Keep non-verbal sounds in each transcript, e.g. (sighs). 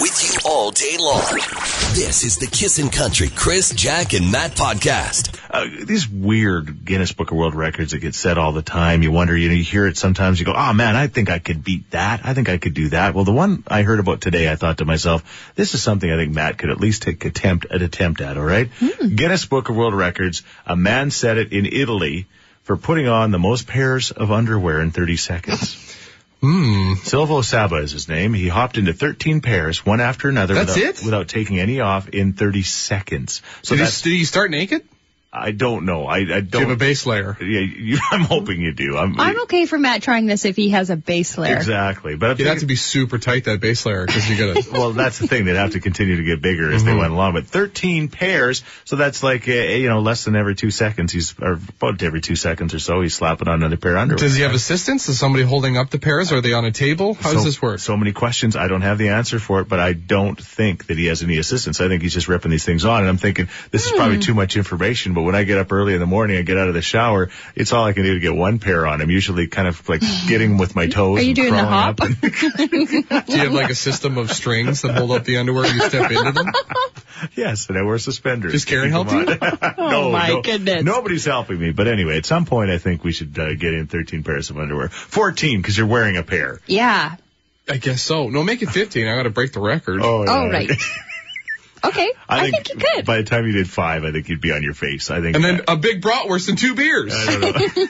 with you all day long. This is the Kissin' Country Chris, Jack, and Matt podcast. uh, these weird Guinness Book of World Records that get set all the time. You wonder, you know, you hear it sometimes. You go, "Oh man, I think I could beat that. I think I could do that." Well, the one I heard about today, I thought to myself, "This is something I think Matt could at least take attempt an attempt at." All right, Hmm. Guinness Book of World Records. A man said it in Italy for putting on the most pairs of underwear in 30 seconds. (laughs) Hmm. Silvo Saba is his name. He hopped into 13 pairs, one after another, That's without, it? without taking any off in 30 seconds. So Did you, that's, did you start naked? I don't know. I, I don't. Do you have a base layer? Yeah, you, (laughs) I'm hoping you do. I'm, I'm okay for Matt trying this if he has a base layer. exactly, but I'm You'd have to thinking- be super tight that base layer because you gotta. well, that's the thing. They'd have to continue to get bigger as Mm-hmm. they went along. But 13 pairs, so that's like uh, you know less than every two seconds. He's or about every two seconds or so. He's slapping on another pair of underwear. (laughs) Does he have assistance? Is somebody holding up the pairs? Are they on a table? How so, does this work? So many questions. I don't have the answer for it, but I don't think that he has any assistance. I think he's just ripping these things on. And I'm thinking, this is Hmm. probably too much information. But when I get up early in the morning, I get out of the shower, it's all I can do to get one pair on. I'm usually kind of (sighs) like getting with my toes. Are you and doing the crawling hop? up and- Do you have like a system of strings that hold up the underwear? You step into them. (laughs) yes, and I wear suspenders. Does Karen help Come you? on. Oh, no, my no, goodness. Nobody's helping me. But anyway, at some point, I think we should uh, get in 13 pairs of underwear. 14, because you're wearing a pair. Yeah. I guess so. No, make it 15. I gotta break the record. Oh, right. (laughs) (laughs) okay. I, think, you could. By the time you did five, I think you'd be on your face. I think. And then a big bratwurst and two beers.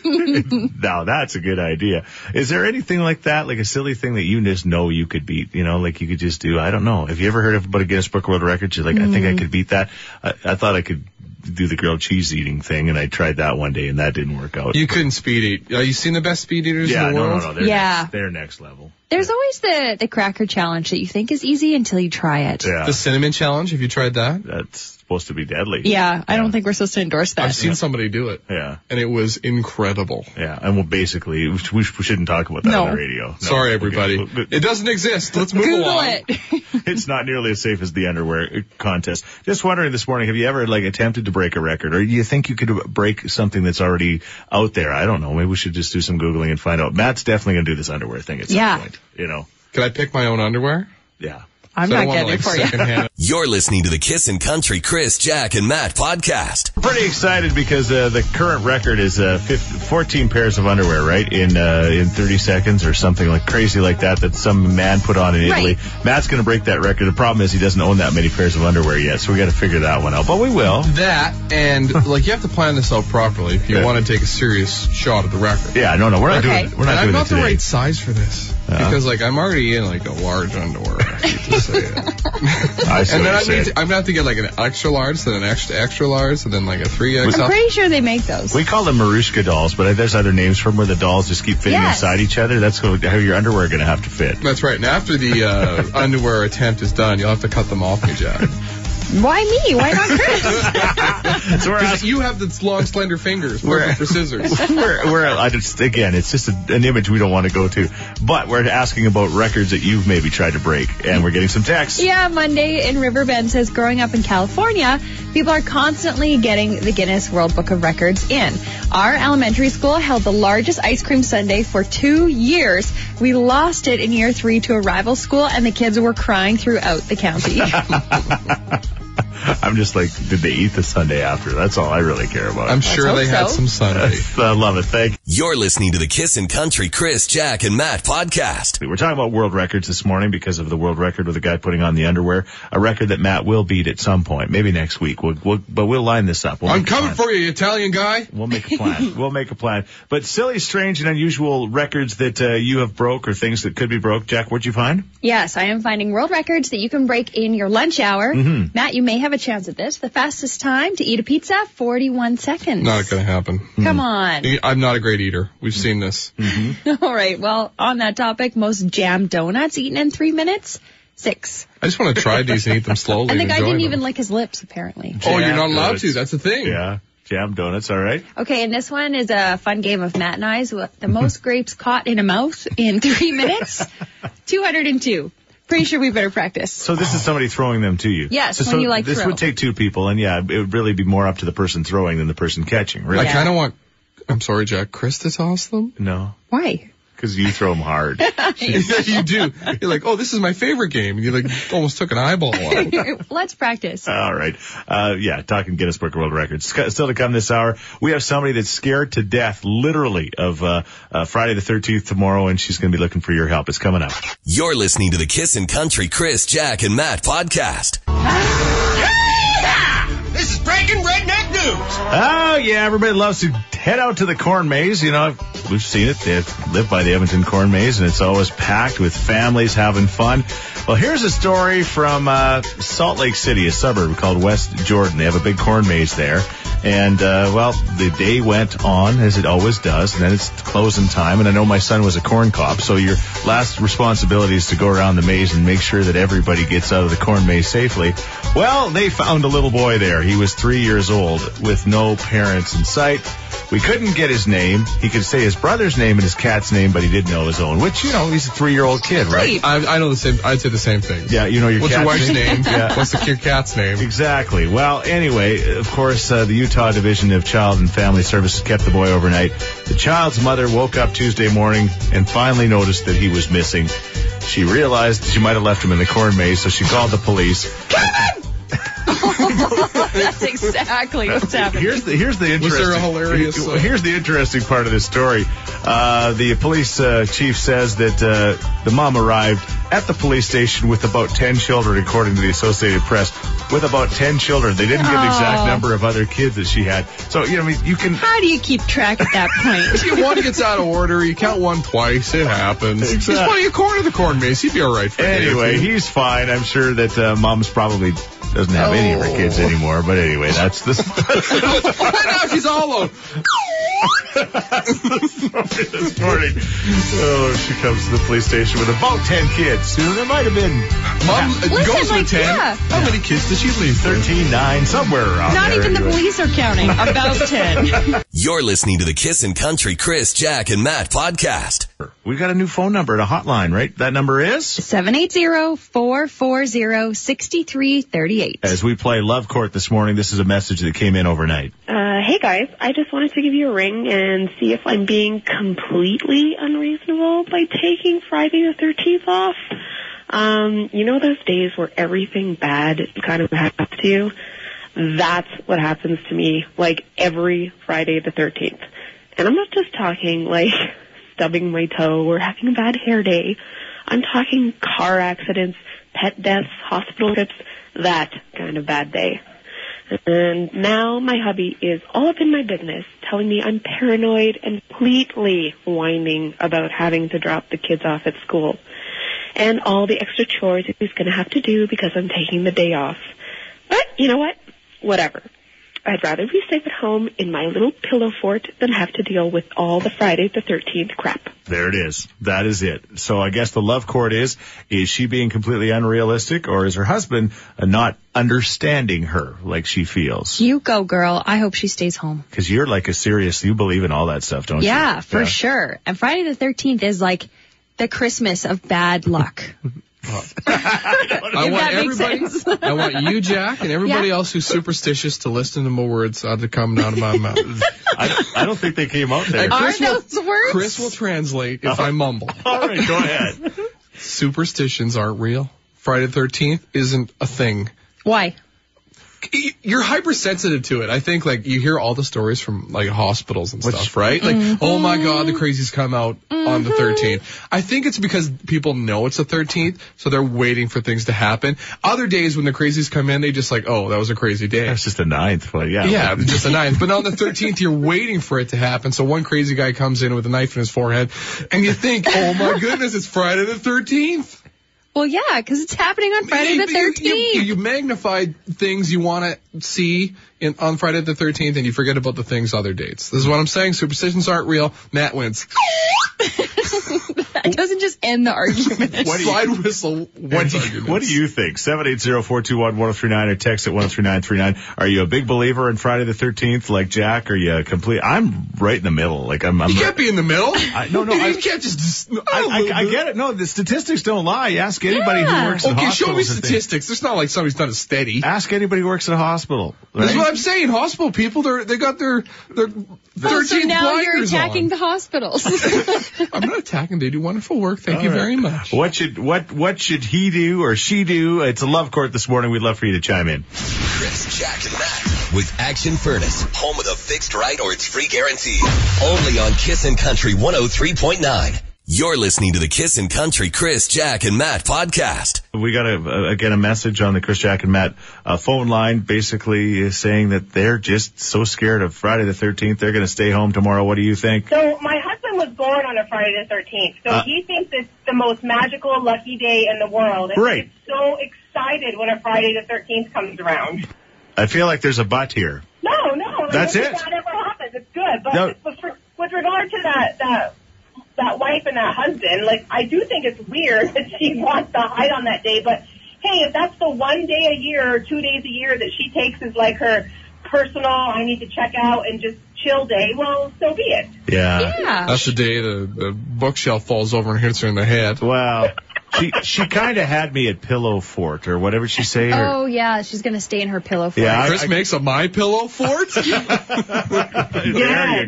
Now that's a good idea. Is there anything like that, like a silly thing that you just know you could beat? You know, like you could just do. I don't know. Have you ever heard of about a Guinness Book of World Records? You're like, I Mm-hmm. think I could beat that. I, I thought I could do the grilled cheese eating thing, and I tried that one day, and that didn't work out. You couldn't speed eat. Are you seen the best speed eaters yeah, in the no, no, world? no. They're Yeah. next, they're next level. There's always the, the cracker challenge that you think is easy until you try it. Yeah, The cinnamon challenge. Have you tried that? that's supposed to be deadly. Yeah, I don't think we're supposed to endorse that. I've seen somebody do it, yeah, and it was incredible. yeah. And well, basically, we, sh- we shouldn't talk about that No. on the radio. No. Okay. Sorry, everybody. But- It doesn't exist. Let's move Google along. it. (laughs) it's not nearly as safe as the underwear contest. Just wondering this morning, have you ever like attempted to break a record, or do you think you could break something that's already out there? I don't know. Maybe we should just do some googling and find out. Matt's definitely gonna do this underwear thing at some Yeah. point. You know, Can I pick my own underwear? yeah. I'm So I not don't wanna, getting it like, for you. (laughs) secondhand- You're listening to the Kissin' Country Chris, Jack, and Matt podcast. Pretty excited because uh, the current record is uh, 15, 14 pairs of underwear, right? In uh, in 30 seconds or something like crazy like that that some man put on in Italy. Matt's gonna break that record. The problem is he doesn't own that many pairs of underwear yet, so we got to figure that one out. But we will. That and like you have to plan this out properly if you Yeah. want to take a serious shot at the record. Yeah, no, no, we're not Okay. doing it. We're not and doing I'm it not the today. Uh-huh. right size for this because like I'm already in like a (laughs) large underwear. I hate to say it. I see what and then you're I need saying. to, I'm gonna have to get like an extra large, then an extra extra large, and then like a three X. I'm pretty sure they make those. We call them Marushka dolls, but there's other names for them where the dolls just keep fitting Yes. inside each other. That's how how your underwear going to have to fit. That's right. And after (laughs) the uh, underwear attempt is done, you'll have to cut them off, me, Jack. Why me? Why not Chris? So we're Because asking. you have the long, slender fingers, perfect (laughs) for scissors. We're, we're, I just, again, it's just a, an image we don't want to go to. But we're asking about records that you've maybe tried to break, and we're getting some texts. yeah, Monday in Riverbend says growing up in California, people are constantly getting the Guinness World Book of Records in. Our elementary school held the largest ice cream sundae for two years. We lost it in year three to a rival school, and the kids were crying throughout the county. (laughs) I'm just like, did they eat the Sunday after? That's all I really care about. I'm sure hope they had so. some Sunday. I love it. Thank You're listening to the Kissin' Country Chris, Jack, and Matt podcast. We're talking about world records this morning because of the world record with the guy putting on the underwear, a record that Matt will beat at some point, maybe next week. We'll, we'll, but we'll line this up. We'll I'm make a coming plan. for you, Italian guy. We'll make a plan. we'll make a plan. But silly, strange, and unusual records that uh, you have broke or things that could be broke. Jack, what'd you find? Yes, I am finding world records that you can break in your lunch hour. Matt, you may have a chance at this. The fastest time to eat a pizza, 41 seconds. Not gonna happen. Come on. I'm not a great eater. We've seen this. (laughs) All right. Well, on that topic, most jam donuts eaten in three minutes, six. I just want to try these and eat them slowly. And the and guy enjoy didn't them. even lick his lips, apparently. Oh, you're not Yeah, allowed it's- to. That's the thing. Yeah, jam donuts. All right. Okay, and this one is a fun game of Matt and I's. What- The most grapes caught in a mouth in three (laughs) minutes, 202. Pretty sure we better practice. So this is somebody throwing them to you. Yes, So, when so you, like, this throw. would take two people, and yeah, it would really be more up to the person throwing than the person catching. Really? I Yeah. (laughs) kind of want. I'm sorry, Jack. Chris to toss them. (laughs) No. Why? Because you throw them hard. yeah, you do. You're like, oh, this is my favorite game. And you like almost took an eyeball out. (laughs) (laughs) Let's practice. All right. Uh, yeah, talking Guinness Book of World Records. Sc- Still to come this hour, we have somebody that's scared to death, literally, of uh, uh, Friday the 13th tomorrow, and she's going to be looking for your help. It's coming up. You're listening to the Kissin' Country Chris, Jack, and Matt podcast. This is breaking redneck news. Oh, yeah, everybody loves to head out to the corn maze. You know, we've seen it. They live by the Edmonton corn maze, and it's always packed with families having fun. Well, here's a story from uh, Salt Lake City, a suburb called West Jordan. They have a big corn maze there. And, uh, well, the day went on, as it always does, and then it's closing time. And I know my son was a corn cop, so your last responsibility is to go around the maze and make sure that everybody gets out of the corn maze safely. Well, they found a little boy there. He was three years old with no parents in sight. We couldn't get his name. He could say his brother's name and his cat's name, but he didn't know his own, which, you know, he's a three year old kid, right? I, I know the same. I'd say the same thing. Yeah, you know your What's your cat's wife's name? Yeah. What's the your cat's name? Exactly. Well, anyway, of course, uh, the Utah Division of Child and Family Services kept the boy overnight. The child's mother woke up Tuesday morning and finally noticed that he was missing. She realized she might have left him in the corn maze, so she called the police. That's exactly what's happening. Here's the here's the Was interesting. there a hilarious, uh, Here's the interesting part of this story. Uh, the police uh, chief says that uh, the mom arrived at the police station with about ten children, according to the Associated Press. With about ten children, they didn't give the exact Aw. number of other kids that she had. So you know, I mean, you can How do you keep track at that point? If one gets out of order, you count one twice. It happens. He's Exactly. playing a corner of the corn maze. He'd be all right. For a day or Anyway, two. he's fine. I'm sure that uh, mom's probably doesn't have any of her Oh. kids anymore. But anyway, that's the (laughs) Right now she's all alone. story this morning. Oh, she comes to the police station with about ten kids. You know, there might have been Mom uh, Listen, goes like, with ten. yeah. How many kids did she leave? 13, 9, somewhere around Not there. even the anyway. police are counting. About 10. You're listening to the Kissin' Country Chris, Jack, and Matt podcast. We've got a new phone number, and a hotline, right? That number is? 780-440-6338. As we play Love Court this morning, this is a message that came in overnight. Uh, hey guys, I just wanted to give you a ring and see if I'm being completely unreasonable by taking Friday the 13th off. Um, you know those days where everything bad kind of happens to you? That's what happens to me, like every Friday the 13th. And I'm not just talking like (laughs) stubbing my toe or having a bad hair day. I'm talking car accidents, pet deaths, hospital trips, that kind of bad day. And now my hubby is all up in my business, telling me I'm paranoid and completely whining about having to drop the kids off at school and all the extra chores he's going to have to do because I'm taking the day off. But you know what? Whatever. I'd rather be safe at home in my little pillow fort than have to deal with all the Friday the 13th crap. There it is. That is it. So I guess the love court is, is she being completely unrealistic or is her husband uh, not understanding her like she feels? You go, girl. I hope she stays home. Because you're like a serious, you believe in all that stuff, don't you? Yeah, for sure. And Friday the 13th is like the Christmas of bad luck. I If want that makes everybody. (laughs) sense. I want you, Jack, and everybody Yeah. else who's superstitious to listen to my words out that come out of my (laughs) mouth. I, I don't think they came out there. I- Are Chris will- those words? Chris will translate if I mumble. all right, go ahead. Superstitions aren't real. Friday the 13th isn't a thing. Why? Y- You're hypersensitive to it. I think like you hear all the stories from like hospitals and stuff, right? Like, (laughs) oh my god, the crazies come out on the 13th. I think it's because people know it's the 13th, so they're waiting for things to happen. Other days when the crazies come in, they just like, oh, that was a crazy day. That's just the ninth, but yeah. Yeah, just the ninth. But on the thirteenth, you're waiting for it to happen. So one crazy guy comes in with a knife in his forehead, and you think, "Oh my goodness, it's Friday the thirteenth. Well, yeah, because it's happening on Friday the (laughs) 13th. You, you, you magnify things you want to see in on Friday the thirteenth, and you forget about the things other dates. This is what I'm saying. Superstitions aren't real. Matt wins. it doesn't just end (laughs) the argument. What do you- Slide whistle. What do, you, what do you think? 780-421-1039 or text at 103939. Are you a big believer in Friday the 13th like Jack? Are you a complete? I'm right in the middle. Like I'm, I'm You can't be in the middle. I- no, no, I- you can't just. I, I, I get it. No, the statistics don't lie. You Ask anybody Yeah. who works in Okay, show me hospitals. if they- statistics. It's not like somebody's done a steady. Ask anybody who works in a hospital. That's right? what I'm saying. Hospital people, they're they got their their Oh, 13 so now you're blinders attacking on. the hospitals. (laughs) I'm not attacking. They do wonderful work. Thank you All right. very much. What should what what should he do or she do? It's a love court this morning. We'd love for you to chime in. Chris, Jack, and Matt with Action Furnace, home of the fixed right or it's free guarantee. Only on Kissin' Country 103.9. You're listening to the Kissin' Country Chris, Jack, and Matt podcast. We got a, a again a message on the Chris Jack and Matt uh, phone line, basically saying that they're just so scared of Friday the Thirteenth. They're going to stay home tomorrow. What do you think? So my husband was born on a Friday the 13th, so Uh, he thinks it's the most magical, lucky day in the world. And Great. he's so excited when a Friday the 13th comes around. I feel like there's a butt here. No, no. That's like, it. That ever happens. It's good. But No. with, with regard to that, that, that wife and that husband, like, I do think it's weird (laughs) that she wants to hide on that day. But hey, if that's the one day a year or two days a year that she takes as like her personal, I need to check out and just chill day, well, so be it. Yeah. yeah. That's the day the, the bookshelf falls over and hits her in the head. Wow. She she kind of had me at pillow fort or whatever she say. or- (laughs) Oh yeah, she's gonna stay in her pillow for Yeah, it. I- Chris makes a my pillow (laughs) fort. there you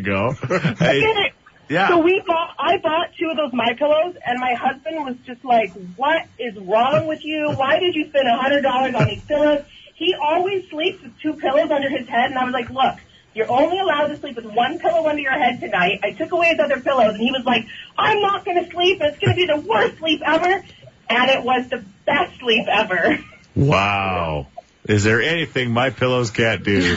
go. Hey, Get it. yeah. So we bought. I bought two of those my pillows, and my husband was just like, "What is wrong with you? Why did you spend a hundred dollars on these pillows?" He always sleeps with two pillows under his head, and I was like, "Look, you're only allowed to sleep with one pillow under your head tonight." I took away his other pillows, and he was like, "I'm not going to sleep. It's going to be the worst sleep ever," and it was the best sleep ever. Wow. Is there anything my pillows can't do?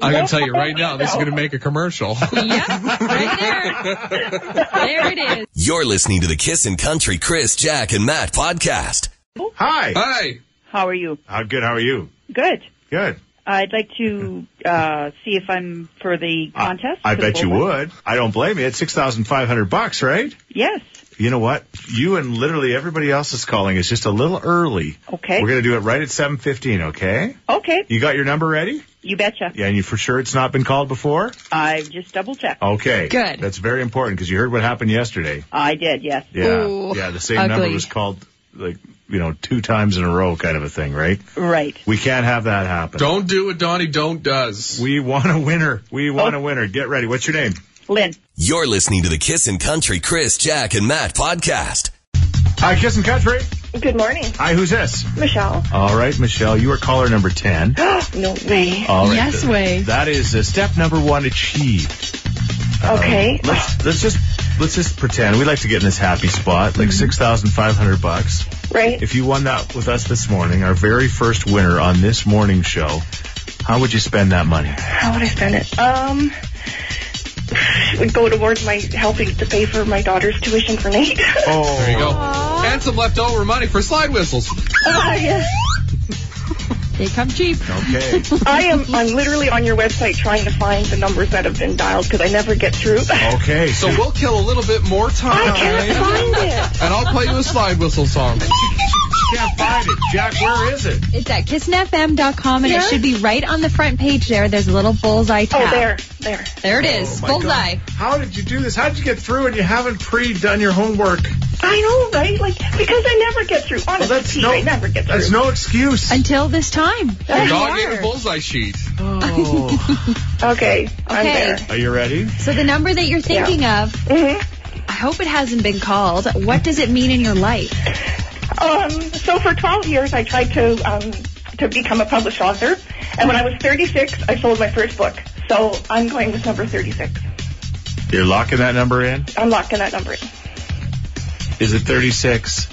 I'm gonna tell you right now, this is gonna make a commercial. (laughs) Yep, right there. there it is. You're listening to the Kissin' Country Chris, Jack, and Matt podcast. Hi. Hi. How are you? How good? How are you? Good. Good. I'd like to uh, see if I'm for the contest. I for the bet you bullpen. would. I don't blame you. It's six thousand five hundred bucks, right? Yes. You know what? You and literally everybody else is calling. It's just a little early. Okay. We're gonna do it right at seven fifteen. Okay. Okay. You got your number ready? You betcha. Yeah, and you for sure it's not been called before. I've just double checked. Okay. Good. That's very important because you heard what happened yesterday. I did. Yes. Yeah. Ooh, yeah. The same ugly. number was called like you know two times in a row, kind of a thing, right? Right. We can't have that happen. Don't do what Donnie Don't does. We want a winner. We want Oh. a winner. Get ready. What's your name? Lynn. You're listening to the Kissin' Country Chris, Jack, and Matt podcast. Hi, Kiss and Country. Good morning, Hi, who's this? Michelle. All right, Michelle, you are caller number 10. no way. All right. Yes way. That is uh, step number one achieved. Um, Okay. Let's let's just let's just pretend we like to get in this happy spot, Mm-hmm. like thousand five hundred bucks. right. If you won that with us this morning, our very first winner on this morning show, how would you spend that money? How would I spend it? Um, (sighs) would go towards my helping to pay for my daughter's tuition for (laughs) Nate. Oh, There you go. And some leftover money for slide whistles. They come cheap. Okay. I am. I'm literally on your website trying to find the numbers that have been dialed because I never get through. (laughs) Okay. So we'll kill a little bit more I can't time, find and I'll play you a slide whistle song. can't find it. Jack, where is it? It's at kissinfm.com and it should be right on the front page there. There's a little bullseye it. tab. Oh, there, there. There it is. Oh, my bullseye. How did you do this? How did you get through and you haven't pre-done your homework? I know, right? Like because I never get through. Honestly, that's Pete, no- I never get through. That's no excuse. Until this time. There you Dog ate are. a bullseye sheet. (laughs) Oh. (laughs) okay, I'm Okay. there. Are you ready? So the number that you're thinking of, hmm I hope it hasn't been called. What does it mean in your life? Um, so for 12 years, I tried to um, to become a published author, and when I was 36, I sold my first book. So I'm going with number 36. You're locking that number in? I'm locking that number in. Is it 36?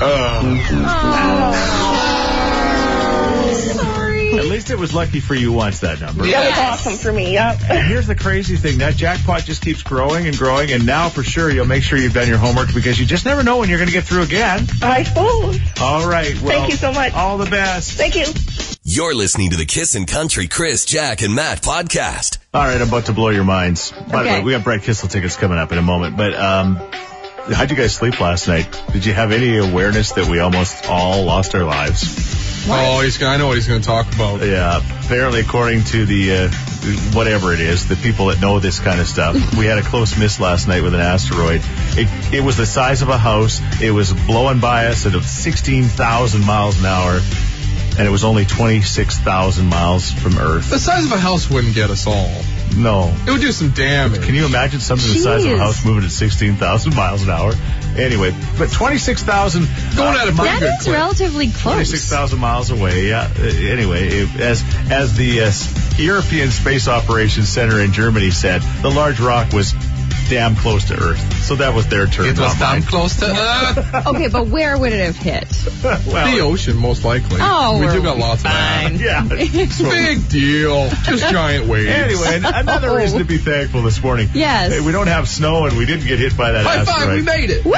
Uh, Sorry. At least it was lucky for you once, that number. That Yes. was awesome for me. Yeah. And here's the crazy thing. That jackpot just keeps growing and growing. And now for sure, you'll make sure you've done your homework because you just never know when you're going to get through again. I suppose. All right. Well, Thank you so much. All the best. Thank you. You're listening to the Kissin' Country Chris, Jack, and Matt podcast. All right. I'm about to blow your minds. By the Okay. way, we got Brett Kissel tickets coming up in a moment. But, um, How'd you guys sleep last night? Did you have any awareness that we almost all lost our lives? Oh, he's gonna, I know what he's going to talk about. Yeah, apparently, according to the uh, whatever it is, the people that know this kind of stuff, (laughs) we had a close miss last night with an asteroid. It it was the size of a house. It was blowing by us at 16,000 miles an hour, and it was only 26,000 miles from Earth. (laughs) The size of a house wouldn't get us all. No, It would do some damage. Can you imagine something the size of a Jeez. house moving at 16,000 miles an hour? Anyway, but uh, 26,000 Going at a pretty That good is clip. relatively Twenty-six close. thousand miles away. Yeah. Uh, Anyway, it, as as the uh, s- European Space Operations Center in Germany said, the large rock was damn close to Earth. So that was their turn. It not was damn mine. close to uh, (laughs) Okay, but where would it have hit? (laughs) the Well, ocean, most likely. Oh, we we're do got lots of that. fine. yeah. (laughs) Big deal. (laughs) Just giant waves. Anyway, and another reason to be thankful this morning. Oh. Yes. Hey, We don't have snow and we didn't get hit by that High asteroid. five, we made it. Woo!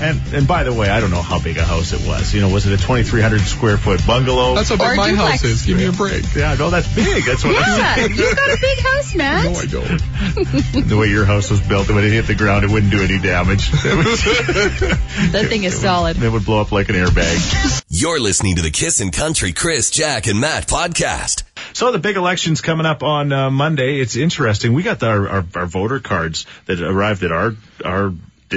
And and by the way, I don't know how big a house it was. You know, was it a 2,300 square foot bungalow? That's how Or big my duplex. house is. Give me a break. yeah, no, that's big. That's what I'm (laughs) Yeah, saying. you've got a big house, Matt. No, I (laughs) don't. the way your house was built, when it hit the ground, it wouldn't do any damage. (laughs) That thing is solid. it would blow up like an airbag. You're listening to the Kissin' Country Chris, Jack, and Matt podcast. So the big election's coming up on uh, Monday. It's interesting. We got the, our, our our voter cards that arrived at our our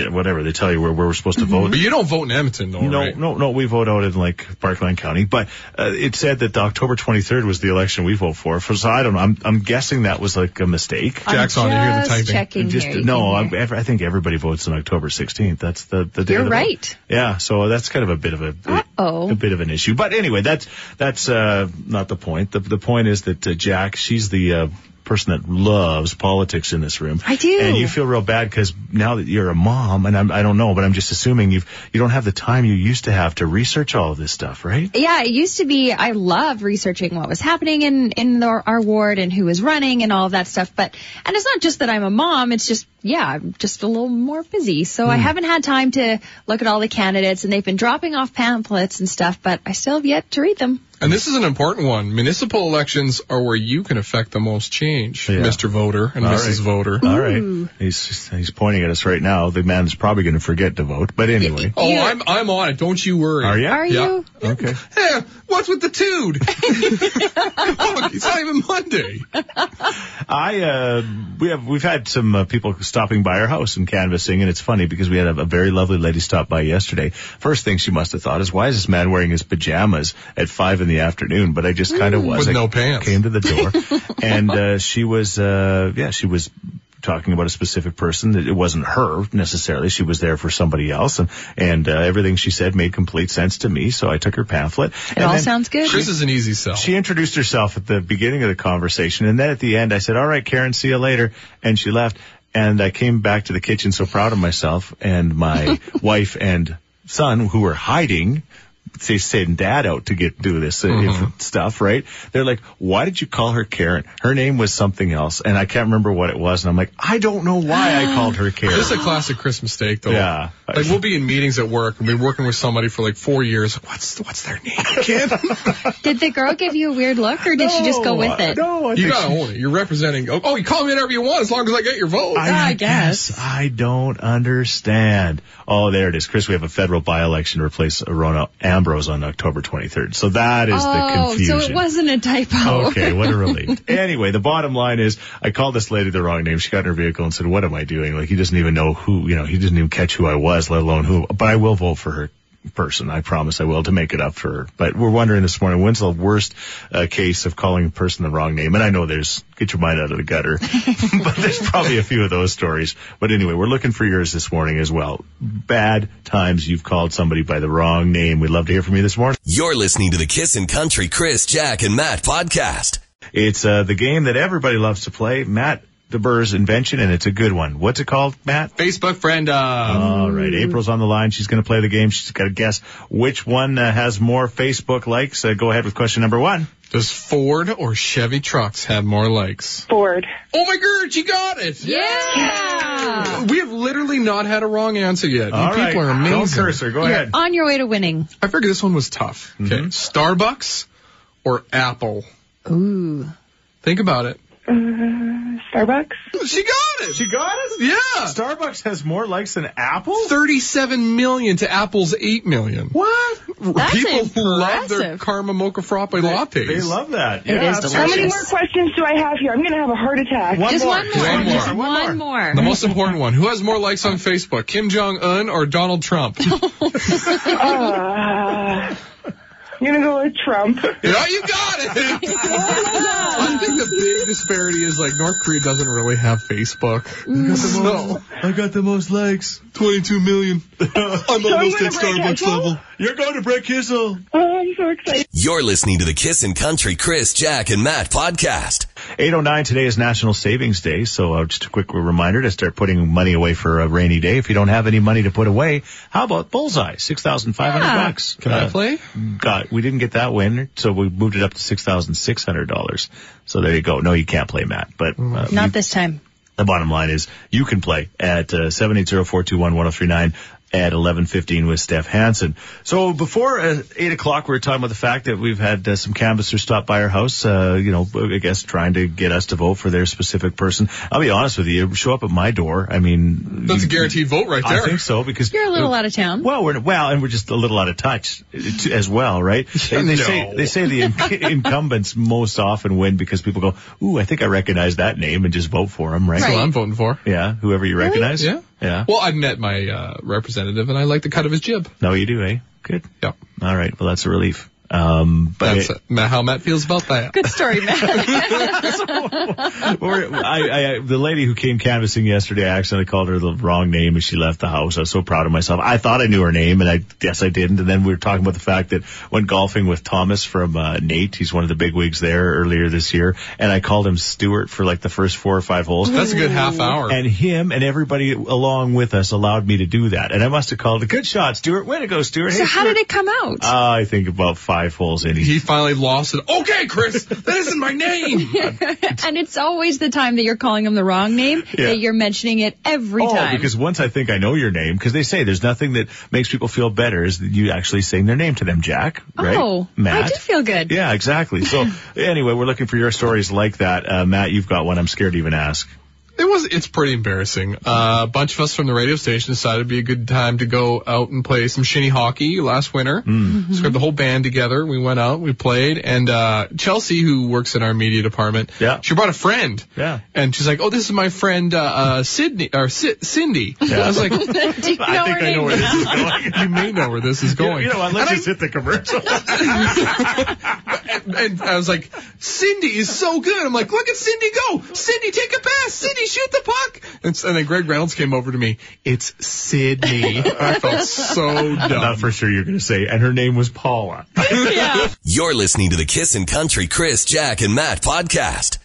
whatever they tell you where, where we're supposed to vote. But you don't vote in Edmonton, though, No, right? no, no. We vote out in like Parkland County, but uh, it said that the October 23rd was the election we vote for. For so I don't know. I'm I'm guessing that was like a mistake. I'm Jack's on, you hear the just typing. checking Just- here. You no, can I'm, hear. ev- I think everybody votes on October 16th. That's the the day. You're of the vote. right. Yeah, so that's kind of a bit of a Uh-oh. a bit of an issue. But anyway, that's that's uh, not the point. The the point is that uh, Jack, she's the uh, person that loves politics in this room. I do. And you feel real bad because now that you're a mom, and I'm, I don't know, but I'm just assuming you've you don't have the time you used to have to research all of this stuff, right? Yeah, it used to be I loved researching what was happening in in the, our ward and who was running and all of that stuff. But and it's not just that I'm a mom; it's just yeah, I'm just a little more busy. So Hmm. I haven't had time to look at all the candidates, and they've been dropping off pamphlets and stuff. But I still have yet to read them. And this is an important one. Municipal elections are where you can affect the most change, Yeah. Mr. Voter and All Mrs. right. Voter. All right. He's he's pointing at us right now. The man's probably going to forget to vote, but (laughs) anyway. Oh, You- I'm I'm on it. Don't you worry. Are you? Are Yeah. you? Okay. Hey, what's with the dude? (laughs) Look, it's not even Monday. I uh, we have we've had some uh, people stopping by our house and canvassing, and it's funny because we had a, a very lovely lady stop by yesterday. First thing she must have thought is, why is this man wearing his pajamas at five in the afternoon? But I just kind of was Mm. With I no pants. Came to the door, (laughs) and uh, she was uh, yeah she was talking about a specific person that it wasn't her necessarily she was there for somebody else and and uh, everything she said made complete sense to me so i took her pamphlet It all sounds good. Chris is an easy sell. she introduced herself at the beginning of the conversation, and then at the end, I said, "All right, Karen, see you later," and she left. And I came back to the kitchen so proud of myself, and (laughs) my wife and son, who were hiding, they send dad out to get do this uh, Mm-hmm. inf- (laughs) stuff, right? They're like, "Why did you call her Karen? Her name was something else, and I can't remember what it was." And I'm like, "I don't know why I called (gasps) her Karen." This is a classic Chris mistake, though. Yeah. Like we'll be in meetings at work and we're working with somebody for like four years. What's what's their name again? Did the girl give you a weird look, or did she just go with it? No, I you think gotta she- own it. You're representing. Oh, oh, you call me whatever you want as long as I get your vote. I guess. I don't understand. Oh, there it is. Chris, we have a federal by-election to replace Rona Ambrose on October 23rd. So that is the Oh, confusion. so it wasn't a typo. Okay, what a relief. anyway, the bottom line is I called this lady the wrong name. She got in her vehicle and said, what am I doing? Like, he doesn't even know who, you know, he doesn't even catch who I was, let alone who, but I will vote for her person. I promise I will to make it up for her. But we're wondering this morning, when's the worst uh, case of calling a person the wrong name? And I know there's, get your mind out of the gutter, but there's probably a few of those stories. But anyway, we're looking for yours this morning as well. Bad times you've called somebody by the wrong name. We'd love to hear from you this morning. You're listening to the Kissin' Country Chris, Jack, and Matt podcast. It's uh, the game that everybody loves to play, Matt DeBurr's invention, and it's a good one. What's it called, Matt? Mm-hmm. Facebook friend. Uh, All right, April's on the line. She's going to play the game. She's got to guess which one uh, has more Facebook likes. Uh, go ahead with question number one. does Ford or Chevy trucks have more likes? Ford. Oh my god, she got it. Yeah. We have literally not had a wrong answer yet. All you right, people are Don't amazing. curse her. Go ahead. On your way to winning. I figured this one was tough. Mm-hmm. Okay. Starbucks or Apple? Ooh. Think about it. Uh, Starbucks? She got it. She got us? yeah. Starbucks has more likes than Apple? 37 million to Apple's 8 million. What? That's People who love their impressive. Karma Mocha Frappe lattes. They love that. It yeah, is absolutely. delicious. How many more questions do I have here? I'm going to have a heart attack. One Just more. one more. One more. Just One more. one more. The most important one. Who has more likes on Facebook, Kim Jong Un or Donald (laughs) Trump? yeah, Uh, I'm going to go with Trump. you got it. I think the big disparity is like North Korea doesn't really have Facebook. So, I got the most likes. 22 (laughs) million. I'm almost gonna at break Starbucks Apple? level. You're going to break Kissel. Oh, I'm so excited. You're listening to the Kissin' Country Chris, Jack, and Matt podcast. 809 today is National Savings Day, so uh, just a quick reminder to start putting money away for a rainy day. If you don't have any money to put away, how about Bullseye? 6,500 Yeah. bucks. Can I Uh, play? God, we didn't get that win, so we moved it up to $6,600. So there you go. No, you can't play, Matt, but uh, Not this time. the bottom line is you can play at uh, 780-421-1039 at 11.15 with Steph Hansen. So before uh, 8 o'clock, we were talking about the fact that we've had uh, some canvassers stop by our house, uh, you know, I guess trying to get us to vote for their specific person. I'll be honest with you, show up at my door, I mean... That's a you- guaranteed vote right I there. think so because... You're a little out of town. Well, we're well, and we're just a little out of touch uh, t- as well, (laughs) right? They, they say No. they say the (laughs) in- incumbents most often win because people go, "Ooh, I think I recognize that name," and just vote for them, Right. Well, I'm voting for. yeah, whoever you recognize. Yeah. Yeah. Well, I met my uh, representative and I like the cut of his jib. no, you do, eh? Good. Yeah. All right. Well, that's a relief. Um, but That's uh, how Matt feels about that. Good story, Matt. (laughs) Or, I, I, the lady who came canvassing yesterday, I accidentally called her the wrong name and she left the house. I was so proud of myself. I thought I knew her name and I guess I didn't. And then we were talking about the fact that when golfing with Thomas from uh, Nate, he's one of the big wigs there earlier this year, and I called him Stewart for like the first four or five (laughs) holes. That's a good half hour. And him and everybody along with us allowed me to do that. And I must have called a good shot, Stewart. Way to go, Stewart. so Hey, how Stewart. did it come out? Uh, I think about five holes in. He, he finally lost it. Okay, Chris, that isn't my name. and it's always the time that you're calling him the wrong name Yeah. that you're mentioning it every oh, time. because once I think I know your name, because they say there's nothing that makes people feel better is that you actually saying their name to them, Jack. Right? Oh, Matt. I do feel good. yeah, exactly. (laughs) So anyway, we're looking for your stories like that. Uh, Matt, you've got one. I'm scared to even (laughs) ask. It was. It's pretty embarrassing. Uh, a bunch of us from the radio station decided it'd be a good time to go out and play some shinny hockey last winter. Hmm. Mm-hmm. So we got the whole band together. We went out, we played, and uh, Chelsea, who works in our media department, Yeah. she brought a friend. Yeah. And she's like, "Oh, this is my friend uh, uh, Sydney or C- Cindy." I (laughs) was like, Do you know I think her I know name? where this is going. "You may know where this is going." You know what? Let's just hit the (laughs) commercial. and I was like, Cindy is so good. I'm like, look at Cindy go. Cindy, take a pass. Cindy, shoot the puck. And, s- and then Greg Reynolds came over to me. It's Sydney. I (laughs) felt so I'm not dumb. for sure you're going to say. And her name was Paula. (laughs) You're listening to the Kissin' Country Chris, Jack, and Matt podcast.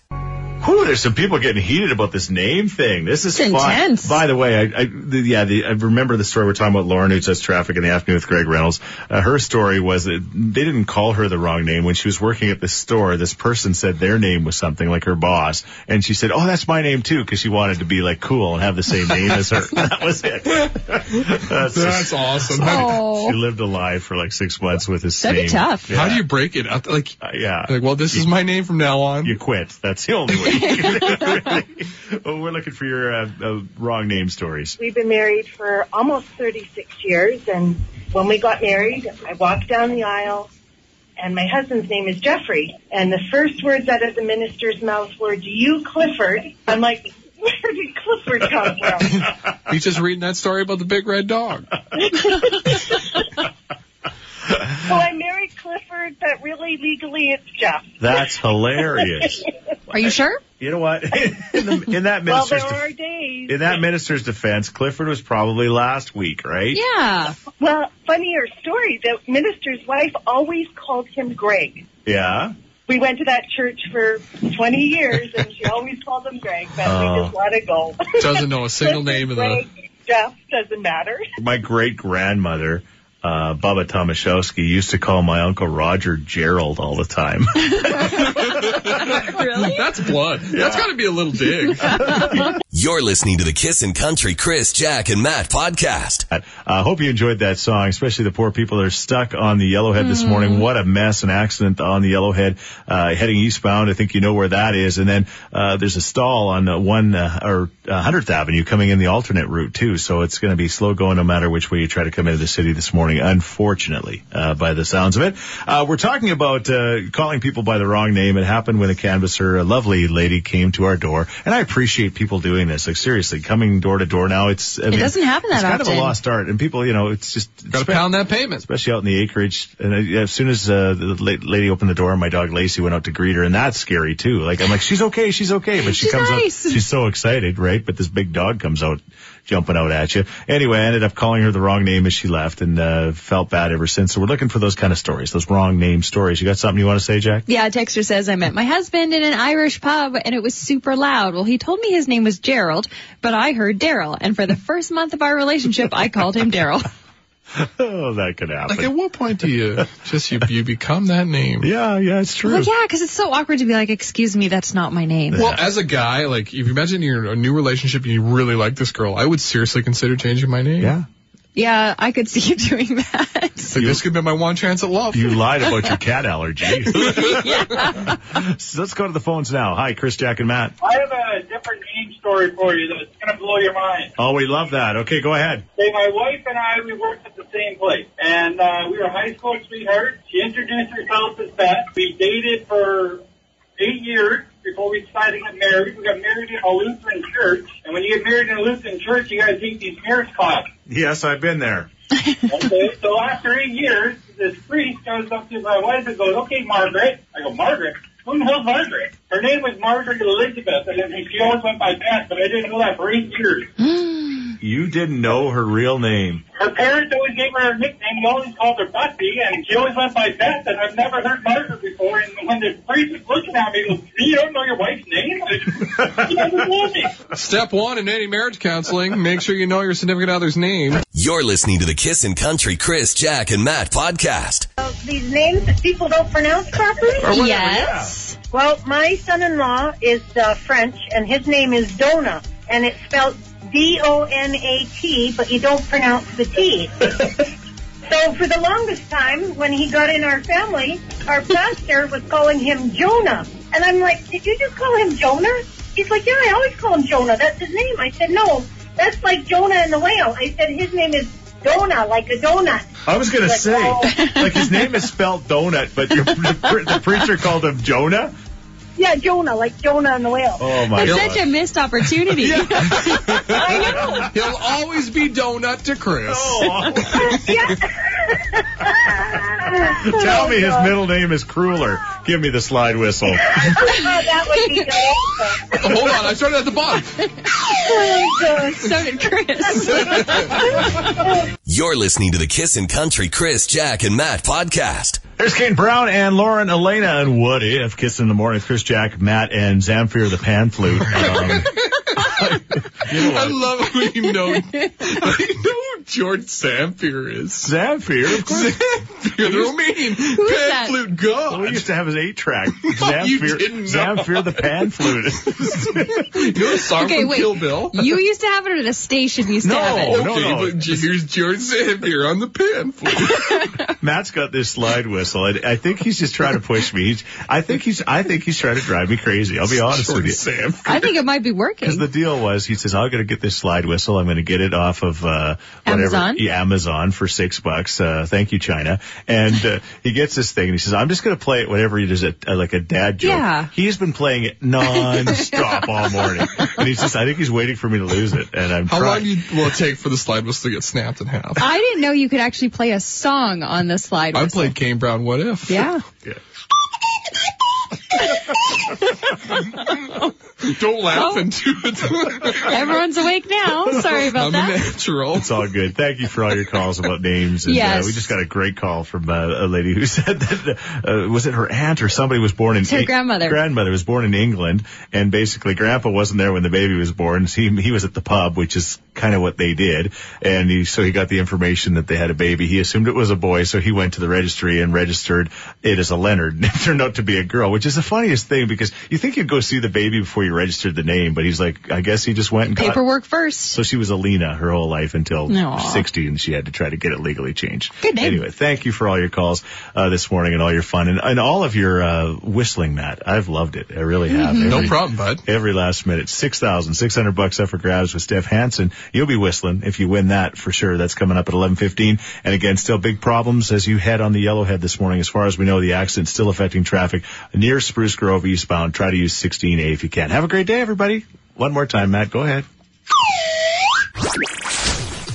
Whew, there's some people getting heated about this name thing. This is It's fun. intense. By the way, I, I the, yeah, the, I remember the story we're talking about Lauren who does traffic in the afternoon with Greg Reynolds. Uh, her story was that they didn't call her the wrong name when she was working at the store. This person said their name was something like her boss, and she said, "Oh, that's my name too," because she wanted to be like cool and have the same name as her. (laughs) That was it. That's That's just- awesome. How, Oh, She lived a lie for like six months with his that'd name. be tough. Yeah. how do you break it? up? Like, Uh, yeah. like, well, this is my name from now on. you quit. That's the only way. You can do it. well, we're looking for your uh, uh, wrong name stories. We've been married for almost 36 years, and when we got married, I walked down the aisle, and my husband's name is Jeffrey, and the first words out of the minister's mouth were, "Do you Clifford?" I'm like, "Where did Clifford come (laughs) from?" You just reading that story about the big red dog. so I married Clifford, but really legally it's Jeff. That's hilarious. Are you sure? You know what? (laughs) in, the, in that Well, minister's there def- are days. in that minister's defense, Clifford was probably last week, right? Yeah. Well, funnier story. The minister's wife always called him Greg. Yeah. We went to that church for 20 years, and she always called him Greg, but Uh. we just let it go. Doesn't know a single name of the. Greg, Jeff doesn't matter. My great grandmother. Uh, Baba Tomaszewski used to call my uncle Roger Gerald all the time. really? That's blood. That's got to be a little dig. (laughs) You're listening to the Kissin' Country Chris, Jack, and Matt podcast. Uh, uh, hope you enjoyed that song, especially the poor people that are stuck on the Yellowhead this morning. Mm-hmm. What a mess, an accident on the Yellowhead, uh, heading eastbound. I think you know where that is. And then, uh, there's a stall on uh, one, uh, or uh, 100th Avenue coming in the alternate route too. So it's going to be slow going no matter which way you try to come into the city this morning, unfortunately, uh, by the sounds of it. Uh, we're talking about, uh, calling people by the wrong name. It happened when a canvasser, a lovely lady came to our door. And I appreciate people doing this. Like seriously, coming door to door now, it's, I It doesn't happen that it's kind of often. a lost art. And people, you know, it's just, Got to pound that payment. especially out in the acreage. And I, as soon as uh, the la- lady opened the door, my dog Lacey went out to greet her, and that's scary too. Like I'm like, she's okay, she's okay, but she She's comes nice. out, she's so excited, right? But this big dog comes out, jumping out at you. Anyway, I ended up calling her the wrong name as she left, and uh, felt bad ever since. So we're looking for those kind of stories, those wrong name stories. You got something you want to say, Jack? Yeah, a texter says I met my husband in an Irish pub and it was super loud. Well, he told me his name was Gerald, but I heard Daryl. And for the first month of our relationship, I called him Daryl. (laughs) Oh, that could happen. Like, at what point do you just you, you become that name? yeah, yeah, it's true. Well, yeah, because it's so awkward to be like, excuse me, that's not my name. Well, as a guy, like if you imagine you're in a new relationship and you really like this girl, I would seriously consider changing my name. Yeah. Yeah, I could see you (laughs) doing that. It's like this could be my one chance at love. You lied about your cat (laughs) allergy. (laughs) so let's go to the phones now. Hi, Chris, Jack, and Matt. I have a different name story for you that's going to blow your mind. Oh, we love that. Okay, go ahead. Say, my wife and I, we worked at the same place, and uh, we were high school sweethearts. She introduced herself as Beth. We dated for eight years before we decided to get married. We got married in a Lutheran church, and when you get married in a Lutheran church, you got to take these marriage classes. Yes, I've been there. Okay, so after eight years, this priest goes up to my wife and goes, "Okay, Margaret." I go, "Margaret." Who the hell's Margaret? Her name was Margaret Elizabeth, and then she always went by Beth, but I didn't know that for eight years. You didn't know her real name. Her parents always gave her a nickname. We always called her Buffy, and she always went by Beth, and I've never heard Margaret before. And when the priest was looking at me, he goes, you don't know your wife's (laughs) name? (laughs) She doesn't know me. Step one in any marriage counseling: make sure you know your significant other's name. You're listening to the Kissin' Country Chris, Jack, and Matt podcast. These names that people don't pronounce properly. yes. Well, my son-in-law is uh, French, and his name is Dona, and it's spelled D-O-N-A-T, but you don't pronounce the T. so for the longest time, when he got in our family, our pastor was calling him Jonah, and I'm like, "Did you just call him Jonah?" He's like, "Yeah, I always call him Jonah. That's his name." I said, "No, that's like Jonah and the whale." I said, "His name is Dona, like a donut." I was gonna Like, say, oh. (laughs) like his name is spelled donut, but your, the, pre- the preacher called him Jonah. Yeah, Jonah, like Jonah and the whale. Oh my That's god! such a missed opportunity. He'll always be donut to Chris. Oh, Yeah. (laughs) tell me his middle name is Crueler. Give me the slide whistle. Oh, that would be good. also. Hold on, I started at the (laughs) bottom. Oh, gosh. (laughs) so did Chris. You're listening to the Kissin' Country Chris, Jack, and Matt podcast. There's Kane Brown and Lauren Elena and What If Kissing in the Morning. Chris, Jack, Matt, and Zamfir the Pan Flute. Um, (laughs) I love how you know, (laughs) you know who George Sampier is. Zamfir, of course. You're the Romanian pan that? flute We god. used to have his eight track. (laughs) you Zamfir, didn't know. Zamfir the Pan Flute. (laughs) You know the song Okay, from wait. Kill Bill? you used to have it, or the station used to have it. no, okay, no. but j- here's George Sampier on the pan flute. Matt's got this slide whistle, and I think he's just trying to push me. He's, I think he's, I think he's trying to drive me crazy. (laughs) I'll be honest George with you. Sam. I think it might be working. Because the deal was, he says, I'm going to get this slide whistle. I'm going to get it off of, uh, whatever. Amazon? Yeah, Amazon for six bucks. Uh, thank you, China. And, uh, he gets this thing and he says, I'm just going to play it whenever he does it, uh, like a dad joke. Yeah. He's been playing it (laughs) non-stop all morning. And he's just, I think he's waiting for me to lose it. And I'm How trying. long do you, will it take for the slide whistle to get snapped in half? I didn't know you could actually play a song on the slide. I whistle. played Kane Brown What If. Yeah. (laughs) Don't laugh Oh. into it. Everyone's awake now. Sorry about I'm a that. natural. It's all good. Thank you for all your calls about names. And, Yes. uh, we just got a great call from uh, a lady who (laughs) said that uh, was it her aunt or somebody was born in It's her Eng- grandmother. Grandmother was born in England, and basically Grandpa wasn't there when the baby was born. He he was at the pub, which is kind of what they did, and he so he got the information that they had a baby. He assumed it was a boy, so he went to the registry and registered it is a Leonard. (laughs) It turned out to be a girl, which is the funniest thing because you think you'd go see the baby before you registered the name, but he's like, I guess he just went and got Paperwork first. So she was Alina her whole life until Aw. 60 and she had to try to get it legally changed. Good name. Anyway, thank you for all your calls uh, this morning and all your fun and, and all of your uh, whistling, Matt. I've loved it. I really have. Mm-hmm. Mhm. No problem, bud. Every last minute. 6,600 bucks up for grabs with Steph Hansen. You'll be whistling if you win that for sure. That's coming up at 11:15. And again, still big problems as you head on the Yellowhead this morning. As far as we know, the accident still affecting traffic near Spruce Grove eastbound. Try to use 16A if you can. Have a great day, everybody. One more time, Matt. Go ahead.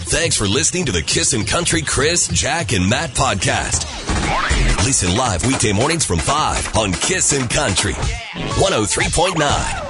Thanks for listening to the Kissin' Country Chris, Jack, and Matt podcast. oh Listen live weekday mornings from 5 on Kissin' Country 103.9.